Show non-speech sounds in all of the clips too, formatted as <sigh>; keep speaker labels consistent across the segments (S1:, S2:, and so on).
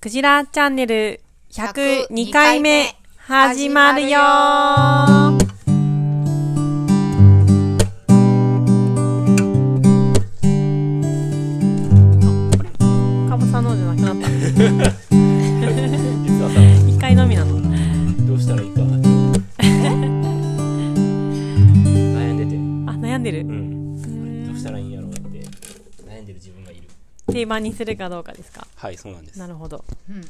S1: クジラチャンネル102回
S2: 102回
S1: 目
S2: 目
S1: 始まるよーかぼさのじゃなくなった
S3: 実はさ
S1: 1回のみなの
S3: どうしたらいいか悩んでて、
S1: あ悩んでる
S3: うん、どうしたらいいんやろうって悩んでる自分がいる
S1: 定番にするかどうかですか
S3: はいそうなんです
S1: なるほど
S2: うん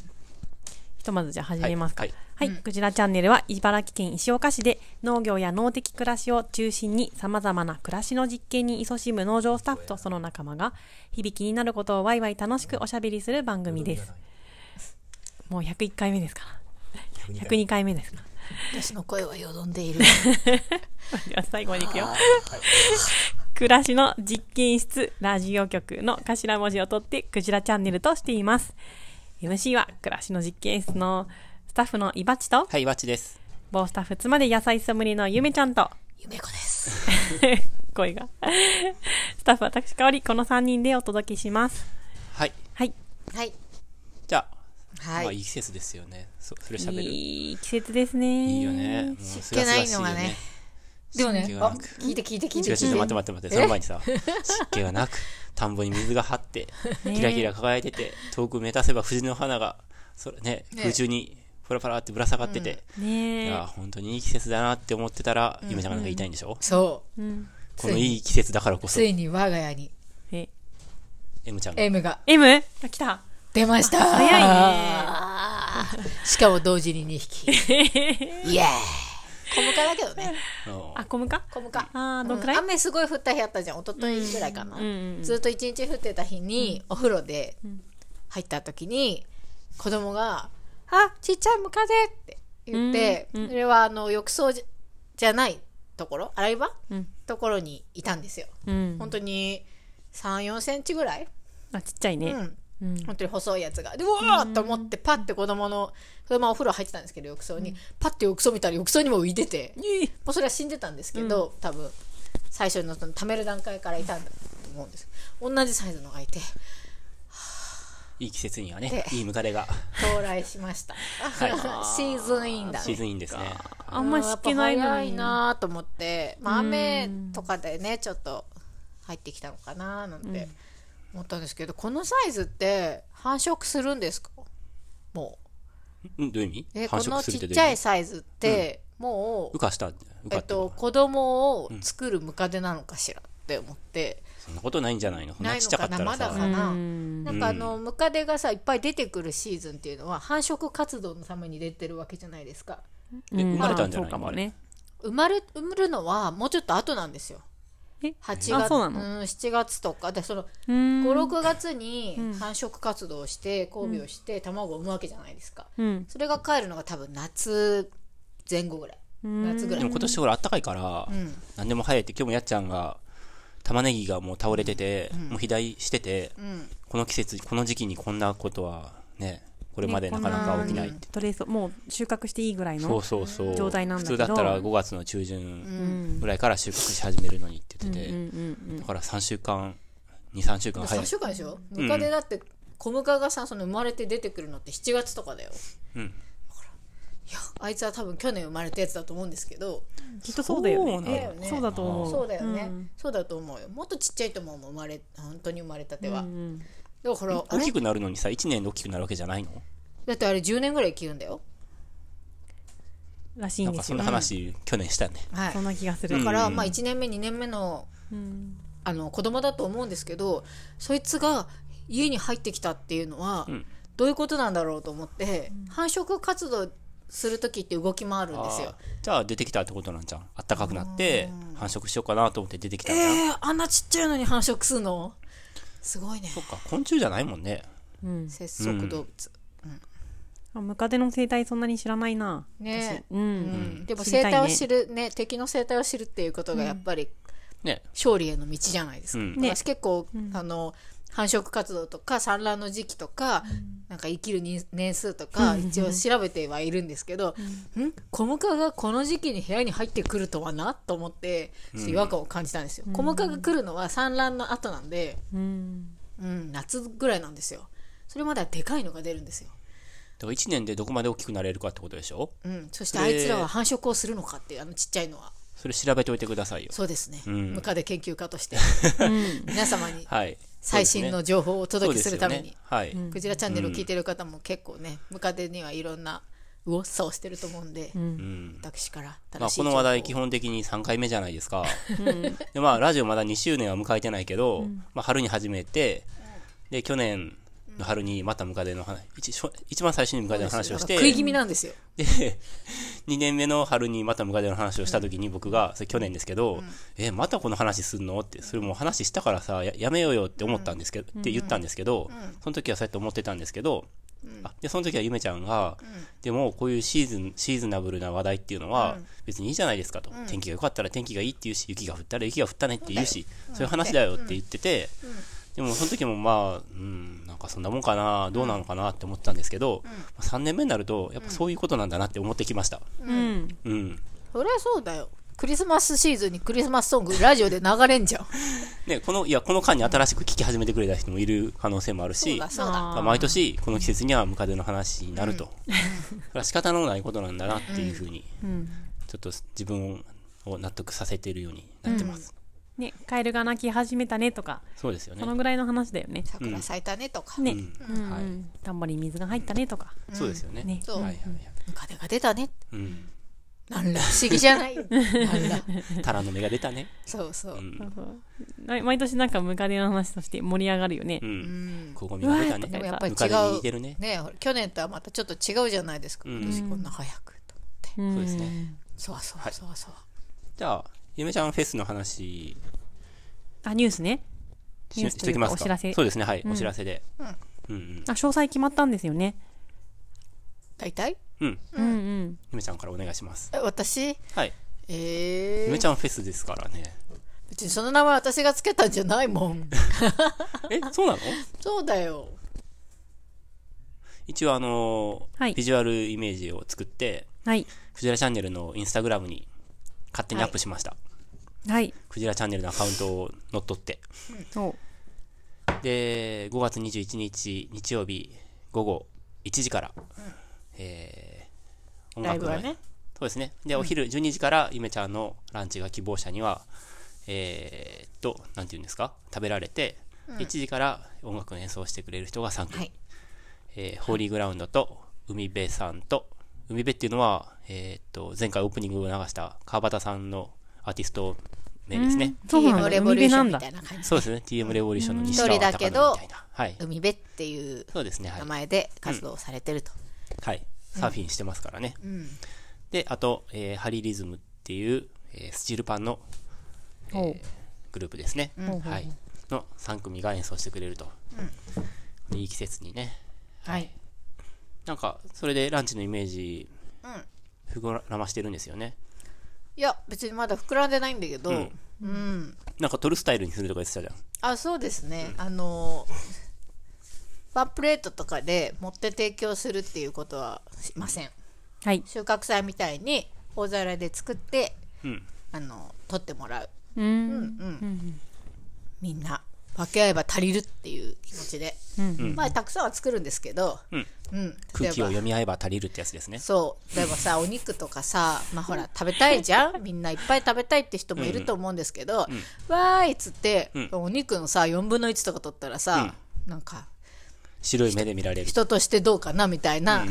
S1: ひとまずじゃあ始めますか
S3: はい
S1: はい、クジラチャンネルは茨城県石岡市で農業や農的暮らしを中心に様々な暮らしの実験に勤しむ農場スタッフとその仲間が響きになることをワイワイ楽しくおしゃべりする番組です。もう101回目ですから。
S3: 102
S1: 102回目です <laughs> か
S2: 私の声はよどんでい <laughs> る。
S1: ら。では最後に行くよ。暮らしの実験室ラジオ局の頭文字を取ってクジラチャンネルとしています。MC は暮らしの実験室のスタッフのいばちと、
S3: はいわちです
S1: 某スタッフ妻で野菜ソムリエのゆめちゃんと、
S2: ゆめこです。
S1: <laughs> 声が。スタッフ私香りこの3人でお届けします。
S3: はい
S1: はい。
S2: はい。
S3: じゃあ、
S2: はい。
S3: まあいい季節ですよねそそれ喋るい
S1: いい季節ですね。
S3: いよねもう
S2: 湿気ないのがねでもね
S3: 湿気、が
S2: あ
S3: なく、
S2: 聞いて聞いて聞い
S3: 違
S2: て
S3: う違うちょっと
S2: 聞いて。
S3: 待って待って待ってその前にさ <laughs> 湿気がなく田んぼに水が張
S2: <laughs>
S3: って
S1: ね
S3: キラキラ輝いてて遠く目指せば藤の花がそれ、ね、
S2: ね
S3: 空中にパラパラってぶら下がってて、い
S1: ね
S3: や本当にいい季節だなって思ってたら、ゆめちゃんがなんか言いたいんでしょ、
S2: そう。
S1: え。うん。
S3: このいい季節だからこそ
S2: ついに我が家に
S1: え、
S3: M ちゃんが
S2: M が
S1: M? あ、来た。
S2: 出ました
S1: 早
S2: いね。しかも同時に2匹。
S3: <laughs>
S2: イエーイ。小ムカだけどね。
S3: うん
S1: あ、コムか
S2: 小ムカ。
S1: あーどんくらい
S2: うん雨すごい降った日あったじゃん。一昨日ぐらいかな。ずっと一日降ってた日に、お風呂で入った時に、子供が、あ、ちっちゃいムカデって言って、
S1: うんうん
S2: それはあの、浴槽じゃじゃないところ、洗い場
S1: うん。
S2: ところにいたんですよ。
S1: うん。
S2: 本当に3、4センチぐらい、
S1: あ、ちっちゃいうね。
S2: ん、
S1: うん。
S2: 本当に細いやつが。で、うわーっと思って、パッて子供の、それまあお風呂入ってたんですけど、浴槽に、パッて浴槽見たら浴槽にも浮いてて、も
S1: えいう
S2: それは死んでたんですけど、多分、最初のその溜める段階からいたんだと思うんです。同じサイズのがいて、
S3: いい季節にはね
S2: で、
S3: いいムカデが
S2: 到来しました。 <laughs> シーズンインだ
S3: シー
S2: ね。
S3: ズンいいんですね。
S1: あんま湿気ない
S2: やっぱ
S1: の
S2: 早い
S1: に。
S2: なーと思って、まあ、雨とかでねちょっと入ってきたのかなーなんて思ったんですけど、このサイズって繁殖するんですかも
S3: うん、どういう意
S2: うえ
S3: 味
S2: こ
S3: 繁
S2: の
S3: 殖す
S2: ち
S3: る
S2: っ
S3: ってどう
S2: ち
S3: いう
S2: ゃ
S3: 意
S2: い
S3: 味
S2: サイズって、も
S3: 羽
S2: う、
S3: 化した、羽
S2: え
S3: 化
S2: っ、
S3: ってこと
S2: 子供を作るムカデなのかしらって思って、
S3: そんなことないんじゃないのそん
S2: な
S3: ないちっ
S2: の
S3: ちゃか
S2: か
S3: っ
S2: な
S3: たら
S2: まだか
S3: さ、
S2: な。
S1: うん
S2: なんかあの、ムカデがさいっぱい出てくるシーズンっていうのは繁殖活動のために出てるわけじゃないですか
S3: え生まれたんじゃない
S1: そうかもね。
S2: 生まれ産るのはもうちょっと後なんですよ
S1: え
S2: 8月
S1: あそうなの
S2: ん、7月とかでその
S1: うん。
S2: 56月に繁殖活動をして交尾をして卵を産むわけじゃないですか、
S1: うん。
S2: それが帰るのが多分夏前後ぐらい夏ぐら
S3: でも
S2: い
S3: 今年ほらあったかいから、何でも早いって、今日もやっちゃんが、玉ねぎがもう倒れてて、もう肥大してて、この季節、この時期にこんなことはね、これまでなかなか起きないって。
S1: トレース、もう収穫していいぐらいの。
S3: そうそうそう。
S1: 状態なんだけど
S3: 普通だったら5月の中旬ぐらいから収穫し始めるのにって言ってて、だから3週間、2、3週間早
S2: 3
S3: い。
S2: 週間でしょムカデだって小ムカがさその生まれて出てくるのって7月とかだよ、
S3: うん
S2: だからいやあいつは多分去年生まれたやつだと思うんですけど
S1: きっとそうだよ
S3: そう
S1: ね。
S3: な
S2: だよね
S1: そうだと思う。
S2: そうだよね、
S1: うん
S2: そうだと思うよもっとちっちゃいと思うもん生まれ本当に生まれたては、
S1: うん
S2: だからあ
S3: 大
S2: れ
S3: きくなるのにさ、1年で大きくなるわけじゃないの
S2: だってあれ10年ぐらい生きるんだよ
S1: らしい
S3: なんん
S1: で
S3: か
S1: す
S3: そ
S1: よ
S3: んな。話、去年したね。
S2: はい
S1: そんな気がす
S2: だ
S1: る。
S2: から、
S3: うん
S2: まあ1年目2年目の
S1: うん。
S2: あの子供だと思うんですけどそいつが家に入ってきたっていうのは、
S3: ん
S2: どういうことなんだろうと思って、繁殖活動する時って動き回るんですよ
S3: あーじゃあ出てきたってことなんじゃん。あったかくなって、繁殖しようかなと思って出てきたんじゃん。
S2: えー、あんなちっちゃいのに繁殖するのすごいね
S3: そっか、昆虫じゃないもんね。
S1: うん。
S2: 節足動物、
S1: あムカデの生態そんなに知らないな。
S2: ね
S1: うん。
S2: うんでも
S1: 知りた
S2: 生
S1: いね
S2: 態を知るね敵の生態を知るっていうことがやっぱり、
S3: ね。
S2: 勝利への道じゃないですか、
S3: うん
S1: ね
S2: 私結構、あの繁殖活動とか産卵の時期とか、なんか生きるに年数とか一応調べてはいるんですけど、ん小ムカがこの時期に部屋に入ってくるとはなと思ってちょっと違和感を感じたんですよ、小ムカが来るのは産卵の後なんで、
S1: うん。
S2: うん、夏ぐらいなんですよそれまではでかいのが出るんですよ、
S3: から1年でどこまで大きくなれるかってことでしょ
S2: うん、そしてあいつらは繁殖をするのかっていうあのちっちゃいのは
S3: それ調べておいてくださいよ。
S2: そうですね、
S3: うん
S2: ムカデ研究家として <laughs> 皆様に
S3: はい。
S2: 最新の情報をお
S3: そう
S2: 届け
S3: です
S2: る
S3: すよ
S2: ため
S3: ね
S2: に、。
S3: はい。
S2: クジラチャンネルを聞いてる方も結構ね、ムカデにはいろんなうおっさをしてると思うんで、
S3: うん。
S2: 私から
S3: ま
S2: 正
S3: あ、
S2: しい情報
S3: この
S2: を
S3: 話題基本的に3回目じゃないですか。 <laughs> で、まあ、ラジオまだ2周年は迎えてないけど、まあ、春に始めて、で、去年の春にまたムカデの話、一しょ一番最初にムカデの話をし
S2: 食い
S3: て、
S2: 気味なんですよ。
S3: で、2年目の春にまたムカデの話をした時に僕が、それ去年ですけど、え、またこの話すんのって、それもう話したからさ、ややめようよって思ったんですけど、って言ったんですけど、その時はそうやって思ってたんですけど、あで、その時はゆめちゃんが、でもこういうシーズン、シーズナブルな話題っていうのは、別にいいじゃないですかと。天気が良かったら天気がいいって言うし、雪が降ったら雪が降ったねって言うし、そういう話だよって言ってて、でもその時もまあ、うん、なんかそんなもんかな、どうなのかなって思ってたんですけど、3年目になると、やっぱそういうことなんだなって思ってきました。
S1: うん。
S3: うん。
S2: そりゃそうだよ。クリスマスシーズンにクリスマスソングラジオで流れんじゃん。
S3: ね、この、いや、この間に新しく聞き始めてくれた人もいる可能性もあるし、
S2: そうだ。
S1: あ
S3: まあ毎年この季節にはムカデの話になると、これは <laughs> 仕方のないことなんだなっていうふうに、ちょっと自分を納得させているようになってます、
S1: ね、カエルが鳴き始めたねとか、
S3: そうですよね
S1: そのぐらいの話だよね。
S2: 桜咲いたねとか、
S1: ね。
S3: う
S1: うんん
S3: はい
S1: 田んぼに水が入ったねとか。
S3: そうですよね,、
S1: ね
S2: そう
S3: はいはいはい
S2: ムカデが出たね。
S3: うん、
S2: なんら不思議じゃない。なんら。
S3: タラの芽が出たね、
S2: そうそうう。
S3: ん
S1: な毎年なんかムカデの話として盛り上がるよね
S3: う。、
S2: うんん。
S3: ここ見が出た
S1: うわー
S2: でも
S3: ね
S2: やっぱり
S3: ムカデに似て
S2: 違
S3: る
S2: う。
S3: ね
S2: ねほら去年とはまたちょっと違うじゃないですか。
S3: うん
S2: 今年こんな早くと思って。
S1: うん
S3: そうですね
S2: そうそうそうそう。
S3: じゃあゆめちゃんフェスの話
S1: あ、ニュースね。
S3: し
S1: ニュー
S3: し
S1: ス
S3: と
S1: とい
S3: き
S1: う
S3: ま
S1: か
S3: す
S1: お
S3: か
S1: 知らせ
S3: そうですねはい、お知らせでうんうん
S1: あ、詳細決まったんですよね。
S2: 大体
S3: うん
S1: うんうん。
S3: ゆめちゃんからお願いします
S2: え私
S3: はい
S2: え
S3: ゆめ
S2: ー
S3: ちゃんフェスですからね
S2: 別にその名前私がつけたんじゃないもん。
S3: えそうなの
S2: そうだよ。
S3: 一応あのー
S1: はい
S3: ビジュアルイメージを作って
S1: はい。
S3: クジラチャンネルのインスタグラムに勝手にアップしました、
S1: はい。
S3: クジラチャンネルのアカウントを乗っ取って
S1: そう。
S3: で5月21日日曜日午後1時から、えー、音
S2: ライ
S3: 楽
S2: ブ
S3: の
S2: はね。
S3: そうですねでお昼12時からゆめちゃんのランチが希望者にはえー、っとなんていうんですか食べられて、1時から音楽の演奏をしてくれる人が3組、
S2: はい
S3: えーホーリーグラウンドと海辺さんと、海辺っていうのは、えーっと、前回オープニングを流した川端さんのアーティスト名ですね。
S1: そうなんだ。
S2: レ
S1: 海
S2: ボ
S1: 辺
S2: リューシ
S1: な
S2: ョン
S1: ん
S2: み
S1: だ
S2: た。いな感じ。
S3: そうですね。TM レボリューションの
S2: 一
S3: 西川
S2: 人だ
S3: 隆
S2: け
S3: み
S2: ど
S3: たいな。はい。
S2: 海辺っていう
S3: そうですね。は
S2: 名
S3: い。
S2: 前で活動されてると。
S3: はい。サーフィンしてますからね。
S2: うん。
S3: で、あと、えーハリリズムっていう、えースチールパンの、えー
S1: おう
S3: グループですね。
S1: ん
S3: はい。の3組が演奏してくれると。でいい季節にね。
S2: はい。
S3: なんか、それでランチのイメージ
S2: うん、
S3: 膨らましてるんですよね。
S2: いや、別にまだ膨らんでないんだけど、うん
S3: ん。なんか撮るスタイルにするとか言ってたじゃん。
S2: あ、そうですね。あの、ワンプレートとかで持って提供するっていうことはしません。
S1: はい。
S2: 収穫祭みたいに大皿で作って、
S3: うん。
S2: あの、取ってもらう。
S1: う
S2: うん
S1: ん。
S2: うん。みんな、分け合えば足りるっていう気持ちで。
S1: うん
S2: まあ、たくさんは作るんですけど、
S3: うん
S2: うん。例
S3: 空
S2: え
S3: 気を
S2: ば
S3: 読み合えば足りるってやつですね。
S2: そう例えばさお肉とかさまあほら食べたいじゃんみんないっぱい食べたいって人もいると思うんですけど「わーい」っつって、
S3: ん
S2: お肉のさ4分の1とか取ったらさ、なんか
S3: 白い目で見られる。
S2: 人としてどうかなみたいな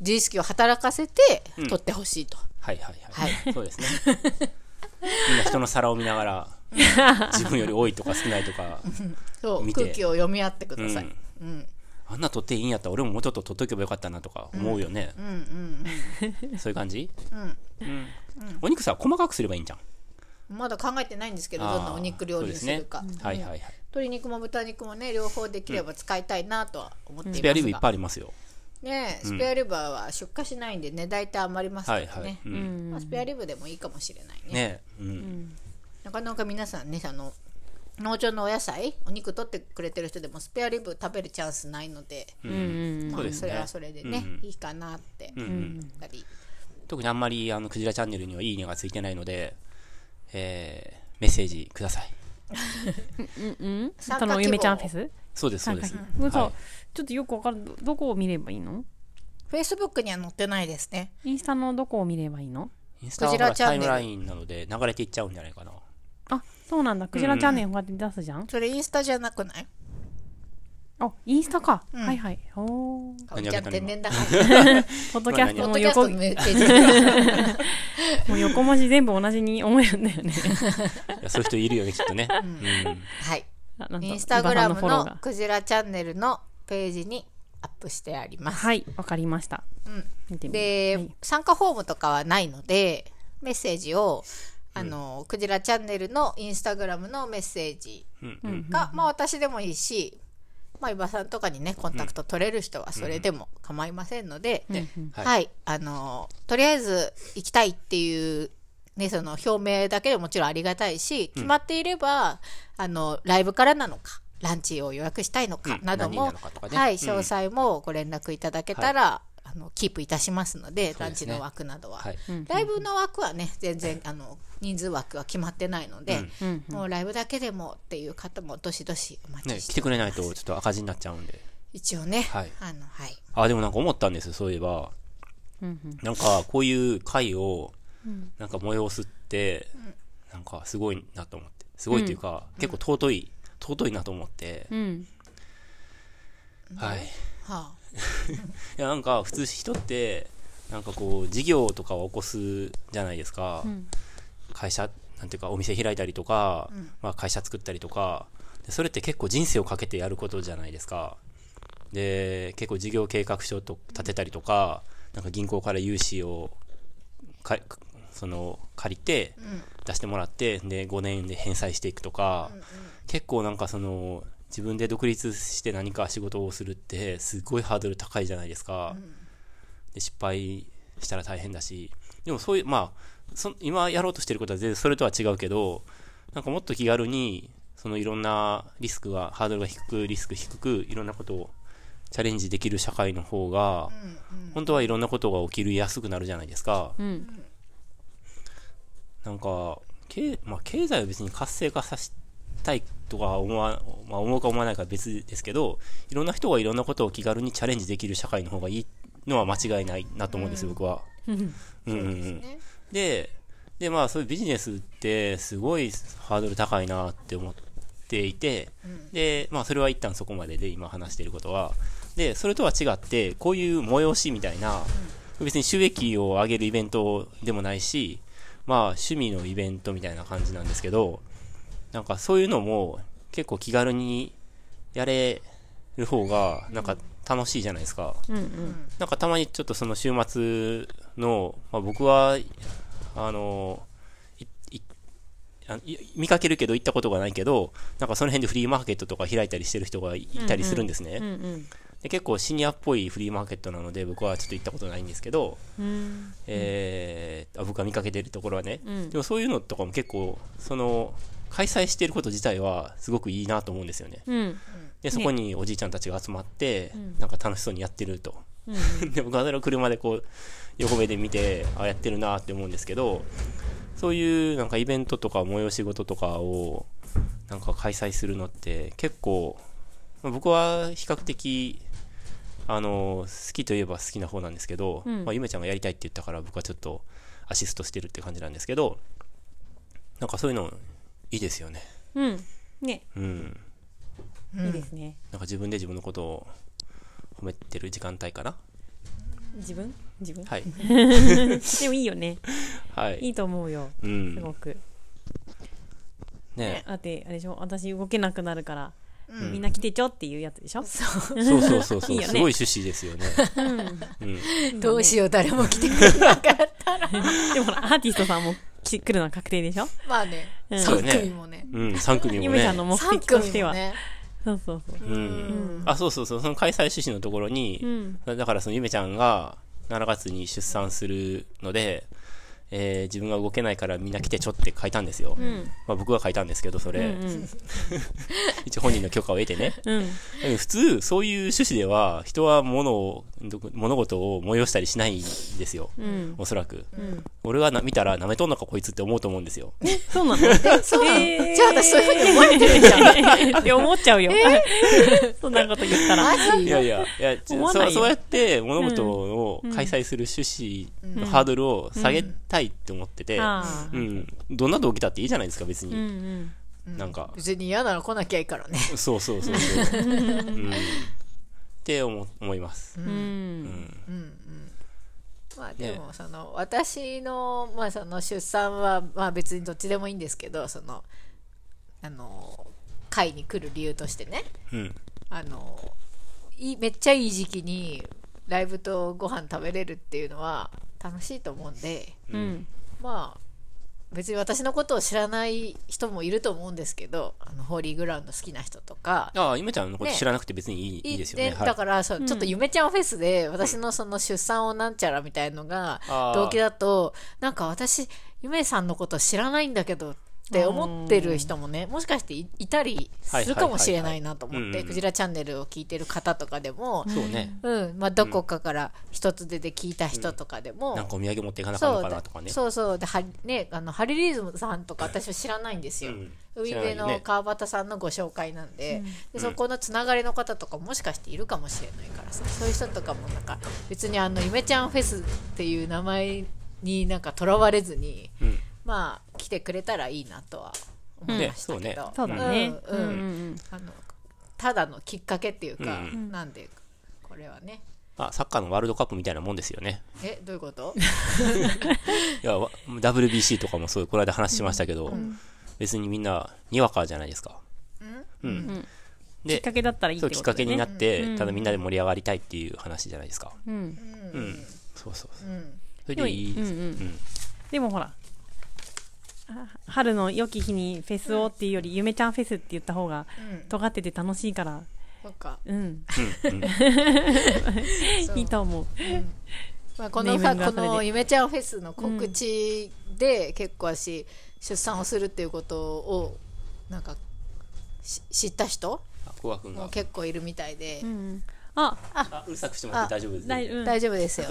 S2: 自意識を働かせて取ってほしいと、
S3: はいはいはい。そうですね。みんな人の皿を見ながら、自分より多いとか少ないとか、
S2: そう
S3: 見て
S2: 空気を読み合ってください、
S3: あんな取っていいんやったら俺ももうちょっと取っとけばよかったなとか思うよね。そういう感じうんお肉さ、細かくすればいいんじゃん。
S2: まだ考えてないんですけどどんなお肉料理にするか、
S3: そうですねはいはいはい。
S2: 鶏肉も豚肉もね両方できれば使いたいなとは思っていますが、
S3: スペアリブいっぱいありますよ。
S2: ねえスペアリブは出荷しないんでね大体余りますか
S3: は
S2: ら
S3: い
S2: ね、
S3: はい。う
S1: うんん
S2: まあ、スペアリブでもいいかもしれないね
S3: ねうん。
S2: なかなか皆さんねあの農場のお野菜お肉取ってくれてる人でもスペアリブ食べるチャンスないので、
S1: うん。
S2: まあ
S3: そうですね
S2: れはそれでね、いいかなって思ったり、
S3: 特にあんまりあのクジラチャンネルにはいいねがついてないので、えーメッセージください。
S1: うんうん
S2: 参
S1: そ
S2: 加希望
S1: のゆめちゃんフェス
S3: そうです、そうです。
S1: 参加希望嘘
S3: はい
S1: ちょっとよくわかるどどこを見ればいいの
S2: Facebook には載ってないですね
S1: インスタのどこを見ればいいの
S3: インスタ
S2: ク
S3: はほ
S2: ジラ
S3: ら
S2: チャン
S3: タ
S2: ネ
S3: イ
S2: ル
S3: ムラインなので流れていっちゃうんじゃないかな。
S1: あそうなんだクジラチャンネルこうやって出すじゃん、
S2: それインスタじゃなくない
S1: あインスタか、
S2: うん
S1: はいはいおー
S2: かおりちゃん
S3: 何上
S2: 天
S3: げ
S2: 然だから
S1: ポッドキャス
S2: ポ
S1: ト
S2: ッ
S1: も
S2: ドキャス
S1: 横
S2: トめっちゃ言
S3: <laughs>
S2: ってる
S1: もう横文字全部同じに思えるんだよね <laughs>
S3: いやそういう人いるよね、きっとね。うん
S2: はい
S1: あなんと
S2: インスタグラム
S1: 伊庭さんフォロー
S2: の
S1: が
S2: クジラチャンネルのページにアップしてあります、
S1: はいわかりました、
S2: ん
S1: 見てみる
S2: で、
S1: はい
S2: 参加フォームとかはないのでメッセージをあの、クジラチャンネルのインスタグラムのメッセージ
S3: うん
S2: が、まあ私でもいいし、まあ、伊庭さんとかにねコンタクト取れる人はそれでも構いませんので、
S3: ね
S2: はい、
S3: はい。
S2: あのとりあえず行きたいっていう、ね、その表明だけでもちろんありがたいし決まっていれば、あのライブからなのかランチを予約したいのか
S3: うん
S2: なども、
S3: 何人なのかとかね
S2: はい、
S3: うん
S2: 詳細もご連絡いただけたら、あのキープいたしますので
S3: そう
S2: ラン
S3: で
S2: チ
S3: すね
S2: の枠などは、
S3: はい。
S2: ライブの枠はね全然あの人数枠は決まってないので、
S1: うん
S2: もうライブだけでもっていう方もどしどしお待
S3: ね、
S2: ち
S3: 来
S2: して
S3: てくれないとちょっと赤字になっちゃうんで。
S2: 一応ね、
S3: はい
S2: あのはい、
S3: あ、でもなんか思ったんですよ、そういえば。なんか、こういう会を、なんか催すって、なんかすごいなと思って。すごいっていうか、結構尊い、尊いなと思って。
S1: うん
S3: はい。
S2: はあ、
S3: いやなんか普通人ってなんかこう事業とかを起こすじゃないですか、会社なんていうかお店開いたりとか、まあ、会社作ったりとかでそれって結構人生をかけてやることじゃないですかで結構事業計画書と立てたりとかなんか銀行から融資をかその借りて出してもらってで5年で返済していくとか、結構なんかその自分で独立して何か仕事をするってすごいハードル高いじゃないですか、で失敗したら大変だしでもそういうまあそ今やろうとしてることは全然それとは違うけどなんかもっと気軽にそのいろんなリスクがハードルが低くリスク低くいろんなことをチャレンジできる社会の方が、本当はいろんなことが起きるやすくなるじゃないですか、
S1: うん
S3: なんか経,、まあ、経済を別に活性化させたいとか思わ、まあ、思うか思わないかは別ですけどいろんな人がいろんなことを気軽にチャレンジできる社会の方がいいのは間違いないなと思うんですよ、僕は。うんうんうん
S2: ね
S3: ででまあそういうビジネスってすごいハードル高いなって思っていて、でまあそれは一旦そこまでで今話していることはでそれとは違ってこういう催しみたいな、別に収益を上げるイベントでもないしまあ趣味のイベントみたいな感じなんですけどなんかそういうのも結構気軽にやれる方がなんか楽しいじゃないですか。
S1: うんうん
S3: なんかたまにちょっとその週末の、まあ、僕は、あの、いいあい見かけるけど行ったことがないけど、なんかその辺でフリーマーケットとか開いたりしてる人がいいたりするんですね、
S1: うんうん
S3: で。結構シニアっぽいフリーマーケットなので僕はちょっと行ったことないんですけど、
S1: うん
S3: えーあ僕が見かけてるところはね、
S1: うん
S3: でもそういうのとかも結構、その、開催していること自体はすごくいいなと思うんですよね。
S1: うん
S3: で、そこにおじいちゃんたちが集まって、
S1: ん
S3: なんか楽しそうにやってると。 <laughs> で僕はそれを車でこう横目で見てあやってるなって思うんですけどそういうなんかイベントとか催し事とかをなんか開催するのって結構まあ僕は比較的あの好きといえば好きな方なんですけど、
S1: うん
S3: まあ、ゆめちゃんがやりたいって言ったから僕はちょっとアシストしてるって感じなんですけどなんかそういうのいいですよね
S1: うんね
S3: うん
S1: いいですね
S3: なんか自分で自分のことを褒めてる時間帯かな
S1: 自分自分
S3: はい
S1: でもいいよね
S3: はい
S1: いいと思うよ
S3: うん
S1: すごく
S3: ね
S1: だってあれでしょ私動けなくなるから
S3: うん
S1: みんな来てちょっていうやつでしょ
S3: そうそうそう
S1: <laughs>
S3: そう
S1: いいよね
S3: すごい趣旨ですよね。うん、
S2: どうしよう誰も来てくれなかった
S1: でもほらアーティストさんも来来るのは確定でしょ
S2: まあね、
S1: うん
S2: 三組もね。
S3: うん、三組
S1: ゆ
S3: も
S1: めち
S3: ね
S1: ゃん。の目
S2: 三
S1: 的とし
S2: 組
S1: て
S2: も
S1: は
S2: ね。
S1: そうそうそう
S3: うん、あ、そうそうそう、その開催趣旨のところに、
S1: うん
S3: だからそのゆめちゃんが7月に出産するので、えー自分が動けないからみんな来てちょって書いたんですよ。
S1: ん
S3: まあ、僕は書いたんですけど、それ、
S1: うん
S3: 一応本人の許可を得てね。
S1: うん
S3: でも普通、そういう趣旨では、人は物を、ど物事を催したりしないんですよ。
S1: うん
S3: おそらく。俺はな見たら、舐めとんのかこいつって思うと思うんですよ。
S1: そうなのえそうなの
S2: じゃあ私そういうふうに思えてる
S1: じゃん。って思っちゃうよ。 <laughs> そんなこと言ったら。
S2: マ
S3: い
S2: ジ
S3: やいや、いや、ち
S1: 思
S3: ょ
S1: わない
S3: そ
S1: よ
S3: うそうやって物事を開催する趣旨のハードルを下げたいって思ってて、うん、
S1: ああ
S3: どんな動機だっていいじゃないですか、別
S1: うんう
S3: に。
S1: ん
S3: なんか、
S2: 別に嫌なら来なきゃいいからね。
S3: そうそうそうそう。うんって思思います。
S1: う
S3: うんん。
S2: <laughs> まあ
S3: ね
S2: でもその私の,、まあその出産はまあ別にどっちでもいいんですけどそのあの会に来る理由としてね
S3: うん。
S2: あのいいめっちゃいい時期にライブとご飯食べれるっていうのは楽しいと思うんで
S1: うん
S2: まあ別に私のことを知らない人もいると思うんですけどあのホーリーグラウンド好きな人とか
S3: ああ、ゆめちゃんのこと
S2: ね
S3: 知らなくて別にいい,、いいですよね。はい
S2: だからそう、ちょっとゆめちゃんフェスで私のその出産をなんちゃらみたいのが
S3: あー
S2: 動機だとなんか私ゆめさんのこと知らないんだけどって思ってる人もねもしかしていいたりするかもしれないなと
S3: はい
S2: 思っ
S3: はいはいは
S2: て
S3: いうんうん
S2: クジラチャンネルを聞いてる方とかでも、
S3: そうね。
S2: うんまあ、どこかから一つ出て聞いた人とかでも。
S3: なんかお土産持っていかなか
S2: そ
S3: っ
S2: う
S3: たか
S2: だ
S3: なとかね。
S2: そうそうでハリ,、ね、あのハリリズムさん
S3: <laughs>
S2: とか私は知らないんですよ、
S3: うん
S2: 海
S3: 知らな
S2: 辺
S3: いよ
S2: の
S3: ね
S2: 川端さんのご紹介なんで,、でそこのつながりの方とかもしかしているかもしれないからさそういう人とかもなんか別にあの「ゆめちゃんフェス」っていう名前になんかとらわれずに、
S3: うん
S2: まあ来てくれたらいいなとは思いました
S3: ね
S2: けど、
S1: そうだね。うん
S2: う
S1: ん
S2: う
S1: うんんうん。
S2: あのただのきっかけっていうか、
S3: う
S2: なんでこれはね
S3: あ、サッカーのワールドカップみたいなもんですよね。
S2: えどうい
S1: <laughs>
S2: うこと
S3: いや、わ WBC とかもそう、この間話しましたけど、別にみんな、にわかじゃないですか。うん。
S1: きっ
S3: で
S1: か、けだったらいいっ
S3: そう
S1: て
S3: きっ
S1: こ
S3: か
S1: と
S3: け
S1: だよ
S3: にな
S1: ね
S3: っ。て、
S1: うん
S3: ただみんなで盛り上がりたいっていう話じゃないですか。
S1: うん
S3: うん。そうそうそう。
S2: ん
S3: それでいいです。
S1: うん
S3: う
S1: うん
S3: ん。
S1: でもほら、あ春の良き日にフェスをっていうより、ゆめちゃんフェスって言った方が、尖ってて楽しいから、
S2: なんか
S1: うん、
S3: うん。
S1: <laughs>
S2: そう
S1: いいと思う。
S2: まあ、この
S1: ネーミ
S2: さ
S1: ングは
S2: こ
S1: それで
S2: のゆめちゃんフェスの告知で結構私出産をするっていうことをなんかし知った人
S3: あ、コア君
S2: も
S3: が。
S2: 結構いるみたいで、
S1: うんあ、
S3: あ、うるさくしてもらって大丈夫です。
S1: だい、うん、
S2: 大丈夫ですよ、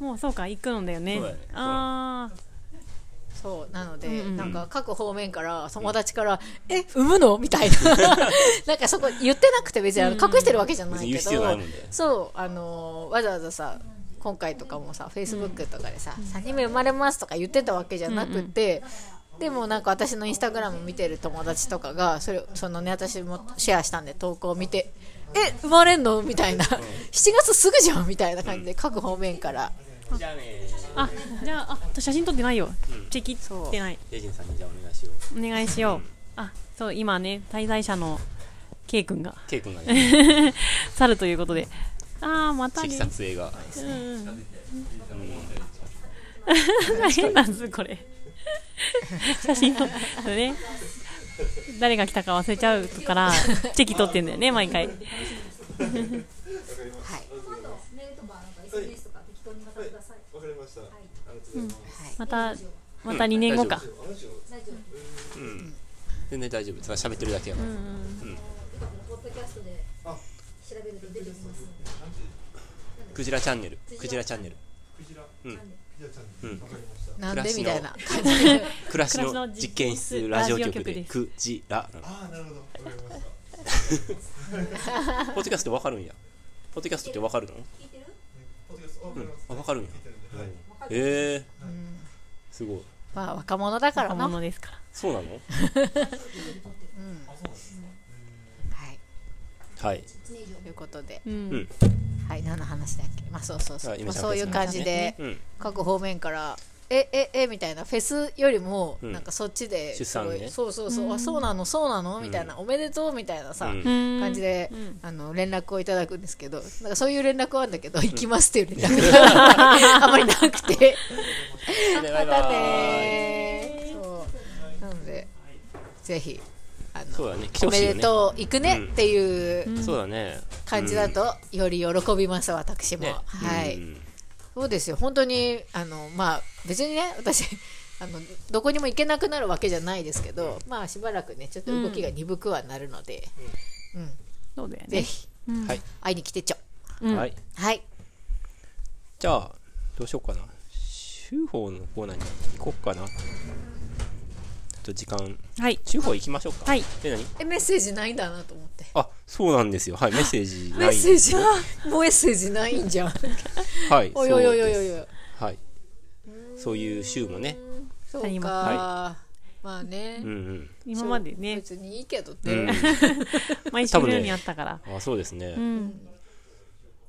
S1: もうそうか、行くのだよね。
S3: そうだよね
S1: あ
S2: そうなので、
S1: うんうん
S2: なんか各方面から友達から「え産むの?」み <laughs> たいな
S3: <laughs>
S2: なんかそこ言ってなくて別にあの隠してるわけじゃな
S3: 別
S2: い
S3: に言
S2: け
S3: う
S2: ど、
S3: 必要ないもんで。
S2: そうあのーわざわざさ今回とかもさフェイスブックとかでさ「3人目生まれます」とか言ってたわけじゃなくて、でもなんか私のインスタグラム見てる友達とかがそれそのね私もシェアしたんで投稿を見て「え生まれんの?」みたいな「7月すぐじゃん」みたいな感じで各方面から
S3: じゃあね、
S1: あ、あ、じゃあ、あ、私写真撮ってないよ。チェキってない。
S3: レジンさんにじゃあお願いしよう。
S1: お願いしよう。あ、そう、今ね、滞在者の K 君が
S3: ケイ君がね、
S1: 去るということで。あー、また
S3: <laughs> 地
S1: ね
S3: 域。撮影が。
S1: 変なんです、これ。写真撮ってね。誰が来たか忘れちゃうから、チェキ撮ってんだよね、毎回。
S4: わかりました。
S1: また、また2年後か。
S3: 全然大丈夫。ただ喋ってるだけやから。クジラチャンネル。クジラチャンネル。
S2: なん
S3: 暮
S2: で
S3: らし
S2: み
S3: の
S2: たいな
S3: 暮らしの実験室ラジオ局でクジラなの
S4: ああ、なるほど。わかりました。
S3: ポッドキャストわかるんやポッドキャストってわかるの
S4: ポッドキャストわかります。
S3: あわかるんや
S4: 聞いてるんではい
S3: ええすごい
S2: まあ若者だから
S1: 若
S2: な、
S1: 者ですから。
S3: そうなの
S2: はい、
S3: はい
S2: ということで、
S1: うん
S3: うん
S2: はい、何の話だっけまあそうそうそう、
S3: はい
S2: ま
S3: 今
S2: あ、
S3: ちゃん
S2: そういう感じで。
S3: うん
S2: 各方面から「えええみたいなフェスよりも
S3: うん
S2: なんかそっちで
S3: 出産ね
S2: すごいそうそうそう、あそうなのそうなのみたいな、おめでとうみたいなさ、
S3: うん
S2: 感じで、
S1: ん
S2: あの連絡をいただくんですけどなんかそういう連絡はあるんだけど、行きますっていう連
S3: <laughs>
S2: 絡があんまりなくて
S3: でバ
S2: ま
S3: イバ
S2: た
S3: ーイ
S2: ねーそうなのでぜひあの、
S3: そうだね来て
S2: お
S3: ほ
S2: め
S3: しいよ
S2: で
S3: ね
S2: とう行くねっていう
S3: そうだね
S2: 感じだと、より喜びます私も、
S3: ね
S2: はい、
S3: うん
S2: そうですよ本当にあのまあ別にね <laughs> 私あのどこにも行けなくなるわけじゃないですけど、まあしばらくねちょっと動きが鈍くはなるので、
S1: そうだよ
S2: ぜ
S1: ね。
S2: ひ
S3: はい。
S2: 会いに来てちょ
S1: うん
S3: はい。
S2: はい
S3: じゃあ、どうしようかな。週報のコーナーに行こうかな。ちょっと時間、
S1: はい。
S3: 週報行きましょうか。
S1: はい。
S3: え、何
S2: えメッセージないんだなと思って
S3: あ、そうなんですよ。はい、メッセージない。
S2: <laughs> メッセージもうメッセージないんじゃん
S3: はい。
S2: おいおいおいお
S3: そう
S2: い
S3: です
S2: おい
S3: はい。そういう週もね。
S2: そう
S1: 何も
S2: か、
S3: は
S2: まあね、
S3: うんうん。
S1: 今までね、
S2: 別にいいけどね、
S3: うん、
S1: 毎週のようにあったから。
S3: あそうですね、
S1: うん。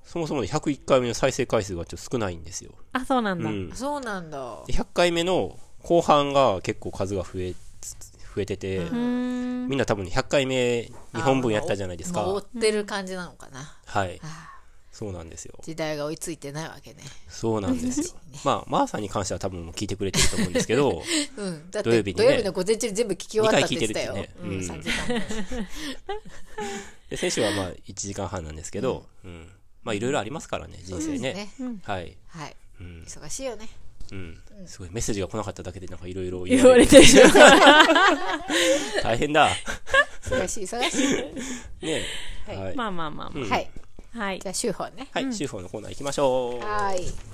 S3: そもそもね101回目の再生回数がちょっと少ないんですよ、
S1: あ、そうな
S3: うん
S1: だ。
S3: ん、で
S2: そうなんだ
S3: 100回目の後半が結構数が増えつ増えてて、
S1: うー
S3: <laughs>
S1: ん。
S3: みんな多分ね100回目2本分やったじゃないです
S2: あーまあ追
S3: か
S2: ってる感じなのかな、
S3: はい
S2: あ
S3: そうなんですよ
S2: ー時代が追いついてないわけね
S3: そうなんですよまあまーさんに関しては多分もう聞いてくれてると思うんですけど
S2: うんだって
S3: 土曜日にね
S2: の午前中に全部聞き終わったって言ってたよ、
S3: 二回聞いて
S2: う
S3: るって
S2: ん
S3: ねう
S2: 3
S3: ん
S2: 時間
S3: で先週はまあ1時間半なんですけど、うんまあいろいろありますからね人生ね
S2: です
S3: はい
S2: はい
S3: うん、
S2: 忙しいよね
S3: うん、すごいメッセージが来なかっただけでなんかいろいろ
S1: 言われてる。
S3: 大変だ
S2: 忙しい忙しい、
S3: ね
S2: はい
S3: はい、
S1: <laughs> まあまあまあま
S3: うん
S2: はい
S1: あ。はい
S2: じ。ゃあ週報ね
S3: はい、週報のコーナー行きましょう。
S2: はーい